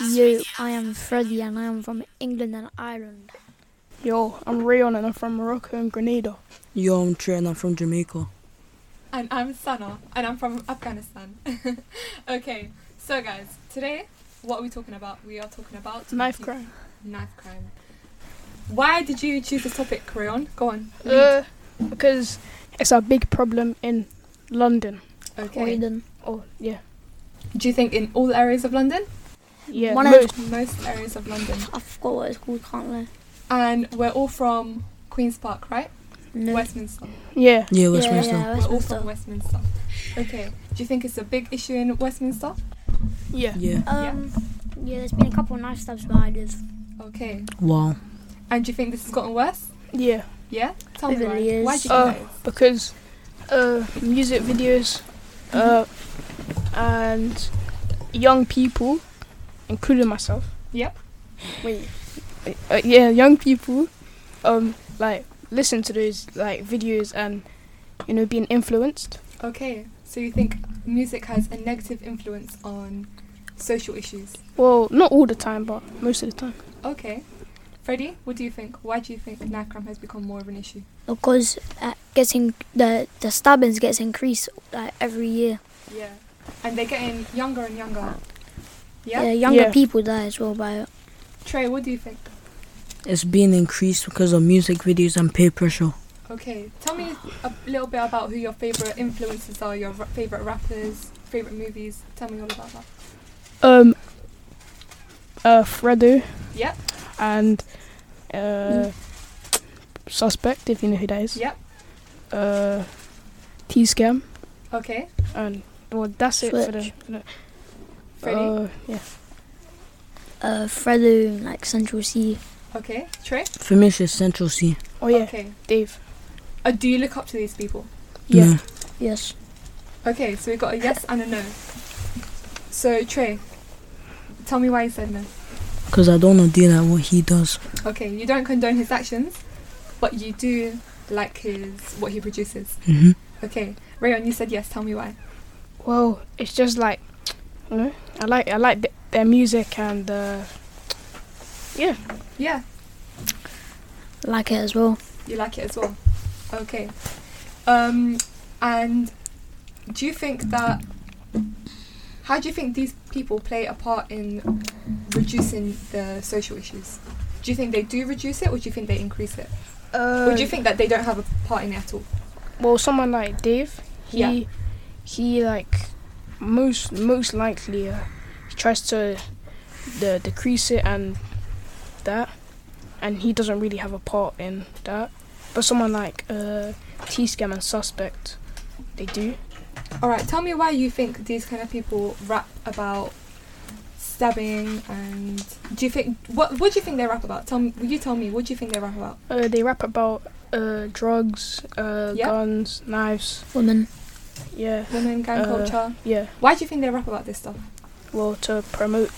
Yo, I am Freddie and I am from England and Ireland. Yo, I'm Rayon and I'm from Morocco and Grenada. Yo, I'm Trey and I'm from Jamaica. And I'm Sana, and I'm from Afghanistan. okay, so guys, today, what are we talking about? We are talking about Knife crime. Knife crime. Why did you choose this topic, Crayon? Go on. Uh, because it's a big problem in London. Okay. Croydon. Oh, yeah. Do you think in all areas of London? Yeah, One of- most. Most areas of London. I forgot what it's called, can't And we're all from Queen's Park, right? I? No. Westminster. Yeah, Yeah, yeah, Westminster. Yeah, We're all from Westminster. Westminster. Okay. Do you think it's a big issue in Westminster? yeah. yeah. Um, yeah, there's been a couple of knife stabs where I live Okay. Wow. And do you think this has gotten worse? Yeah, Yeah? Tell me It really why. is. Why do you Uh, think that is? because uh, music videos uh, and young people, including myself. Yep. Wait. Uh, yeah, young people, um, like listen to those like videos and you know being influenced. Okay. So you think music has a negative influence on social issues? Well, not all the time, but most of the time. Okay. Freddie, what do you think? Why do you think knife crime has become more of an issue? because uh, getting the the stabbings gets increased like every year. Yeah. And they're getting younger and younger. Yeah? Yeah, younger Yeah. people die as well by it. Trey, what do you think? It's being increased because of music videos and peer pressure. Okay. Tell me a little bit about who your favourite influences are, your ra- favourite rappers, favourite movies. Tell me all about that. Um, uh, Fredo Yep. and uh, suspect, if you know who that is. Yep. Uh, T scam Okay. and well, that's it for the. Switch. for the- Freddie. Uh, yeah. Uh, Fredo, like Central C. okay. Trey. For me, it's just Central C. Oh yeah, Okay. Dave. Uh, do you look up to these people? Yeah. No. Yes. Okay. So we got a yes and a no. So Trey, tell me why you said no. Because I don't want to do like what he does. Okay. You don't condone his actions, but you do like his what he produces. hmm Okay. Rayon, you said yes. Tell me why. Well, it's just like, you know, I like I like th- their music and uh, Yeah. Like it as well. You like it as well. Okay. Um, and do you think that? How do you think these people play a part in reducing the social issues? Do you think they do reduce it, or do you think they increase it? uh, Or do you think that they don't have a part in it at all? well, someone like Dave, he Yeah. he like most most likely uh, he tries to the decrease it and that, and he doesn't really have a part in that. But someone like uh, T Scam and Suspect, they do. All right. Tell me why you think these kind of people rap about stabbing and do you think what what do you think they rap about? Tell me. Will you tell me what do you think they rap about? Uh, they rap about uh, drugs, uh, Yeah. guns, knives. Women. Yeah, Women, gang Uh, culture. yeah. Why do you think they rap about this stuff? well to promote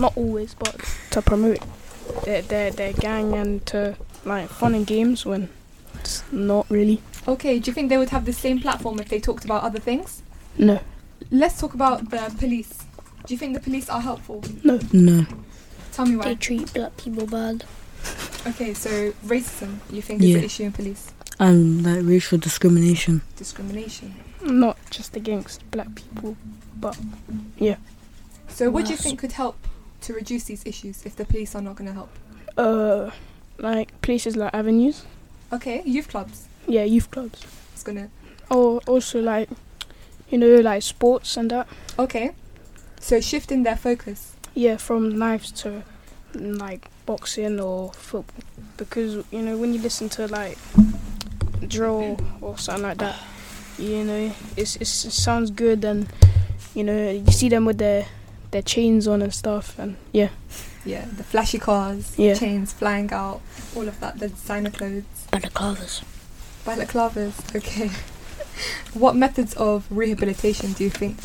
not always but to promote their their, their gang and to like fun and games when it's not really Okay, do you think they would have the same platform if they talked about other things? no Let's talk about the police. Do you think the police are helpful? No. Tell They me why. treat black people bad. Okay, so racism, you think is Yeah. an issue in police? And like racial discrimination. Discrimination. not just against black people So, what do you Yes. think could help to reduce these issues if the police are not going to help? uh like places like avenues Okay, youth clubs. yeah youth clubs It's going to. or also like you know like sports and that Okay, so shifting their focus. yeah from knives to like boxing or football because you know when you listen to like drill or something like that you know it's, it's it sounds good and you know you see them with their their chains on and stuff and yeah Yeah, the flashy cars, Yeah. chains flying out, all of that, the designer clothes, Balaclavas. balaclavas. Okay. what methods of rehabilitation do you think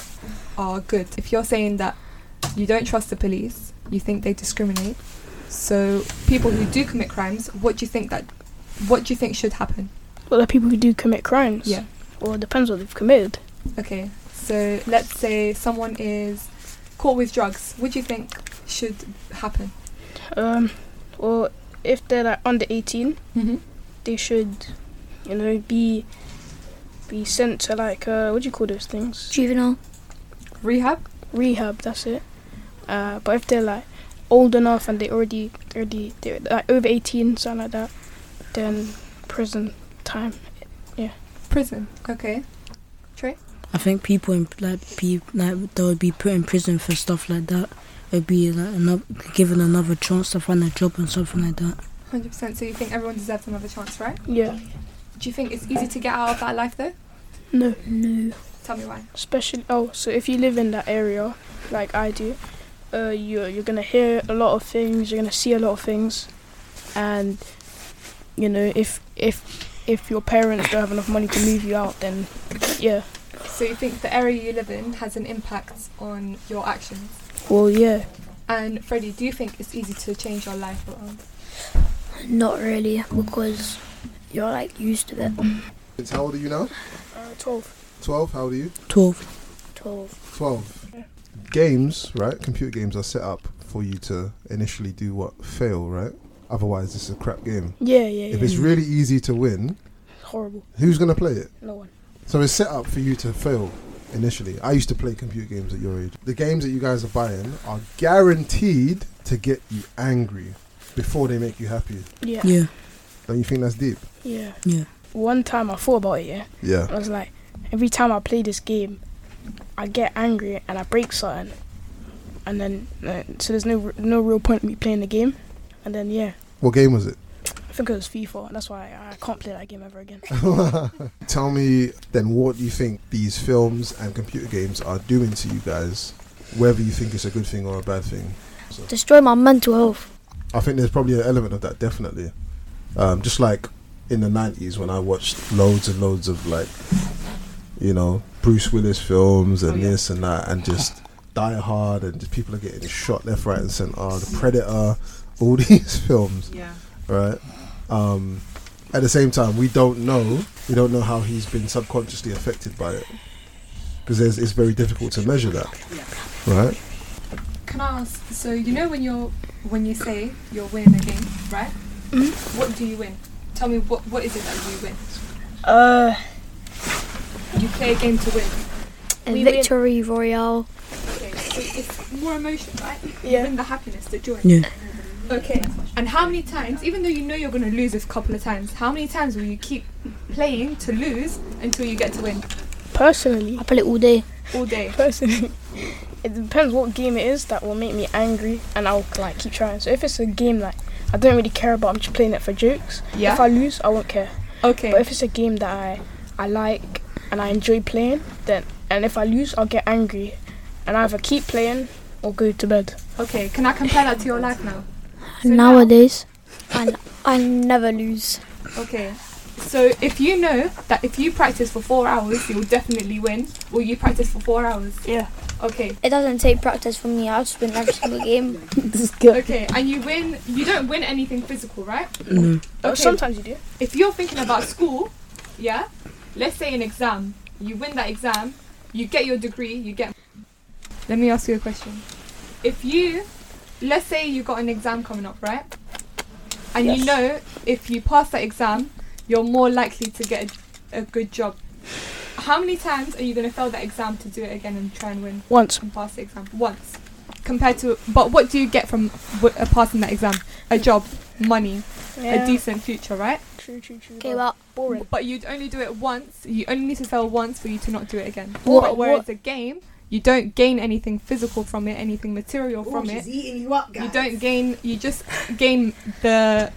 are good? If you're saying that you don't trust the police, you think they discriminate, so people who do commit crimes, what do you think that, what do you think should happen? well the people who do commit crimes Yeah. well it depends what they've committed Okay, so let's say someone is caught with drugs, what do you think should happen? Um, or if they're like under 18, Mm-hmm. they should, you know, be be sent to like uh, what do you call those things? Juvenile. Rehab? Rehab. That's it. Uh, but if they're like old enough and they already already they're like over 18, something like that, then prison time. Prison. Okay. I think people in like be like that would be put in prison for stuff like that. It'd be like another given another chance to find a job and something like that. 100%. So you think everyone deserves another chance, right? Yeah. Do you think it's easy to get out of that life though? No. No. Tell me why. especially oh so if you live in that area like i do uh, you're, you're gonna hear a lot of things you're gonna see a lot of things and you know if if if your parents don't have enough money to move you out then yeah So you think the area you live in has an impact on your actions? well yeah And Freddie, do you think it's easy to change your life around? Not really, because you're like used to it. It's how old are you now? uh, 12 12? How old are you? Twelve. 12. 12. Yeah. Games, right? Computer games are set up for you to initially do what? Fail, right? Otherwise, it's a crap game. yeah yeah, If yeah. it's really easy to win, horrible who's going to play it? no one So it's set up for you to fail initially. I used to play computer games at your age. The games that you guys are buying are guaranteed to get you angry before they make you happy. yeah yeah, Yeah. Don't you think that's deep? Yeah. one time i thought about it yeah Yeah. i was like every time i play this game i get angry and i break something and then uh, so there's no r- no real point in me playing the game and then yeah What game was it? I think it was FIFA, and that's why I can't play that game ever again. Tell me then what do you think these films and computer games are doing to you guys, whether you think it's a good thing or a bad thing. Destroy my mental health. I think there's probably an element of that, definitely. Um, just like in the 90s when I watched loads and loads of like, you know, Bruce Willis films and this and that, and just Die Hard, and just people are getting shot left, right, and center. The Predator, all these films Yeah. right? Um, at the same time, we don't know. We don't know how he's been subconsciously affected by it because it's very difficult to measure that, right? Can I ask? So you know when you're when you say you're winning a game, right? What do you win? Tell me what what is it that you win? Uh, You play a game to win. And We win. Victory Royale. Okay, so it's more emotion, right? You yeah. win the happiness, the joy. Yeah. Okay. And how many times, even though you know you're gonna lose a couple of times, how many times will you keep playing to lose until you get to win Personally, I play it all day. all day? personally, it depends what game it is that will make me angry, and I'll like keep trying. So if it's a game like I don't really care about, I'm just playing it for jokes. Yeah. If I lose, I won't care. Okay. But if it's a game that I I like and I enjoy playing, then and if I lose, I'll get angry, and I either keep playing or go to bed. Okay. Can I compare that to your life now? So Nowadays, I, I never lose. Okay. So if you know that if you practice for four hours, you'll definitely win. Will you practice for four hours? Yeah. Okay. It doesn't take practice for me. I just win every single game. Okay. And you win. You don't win anything physical, right? No. Oh, Okay. Sometimes you do. If you're thinking about school, yeah. Let's say an exam. You win that exam. You get your degree. You get. Let me ask you a question. If you, let's say you got an exam coming up, right? And you Yes. know if you pass that exam, you're more likely to get a, a good job. How many times are you going to fail that exam to do it again and try and win Once. and pass the exam once? Compared to, but what do you get from w- uh, passing that exam? A job, money, a decent future, right? True, true, true. Okay, well, boring. But you'd only do it once. You only need to fail once for you to not do it again. What- But whereas a game, you don't gain anything physical from it, anything material from it. eating you up, guys. You don't gain. You just gain the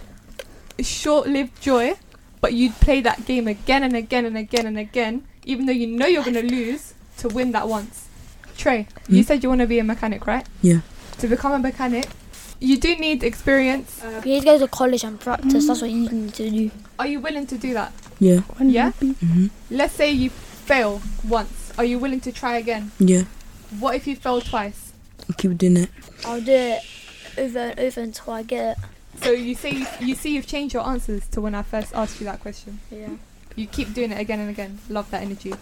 short-lived joy. But you'd play that game again and again and again and again, even though you know you're gonna lose to win that once. Trey, you Hmm? said you want to be a mechanic, right? Yeah. To become a mechanic, you do need experience. Uh, you need to go to college and practice. That's what you need to do. Are you willing to do that? Yeah. Yeah. Mhm. Let's say you fail once. Are you willing to try again? Yeah. What if you fail twice? Keep doing it. I'll do it over and over until I get it. So you see, you see, you've changed your answers to when I first asked you that question. Yeah. You keep doing it again and again. Love that energy.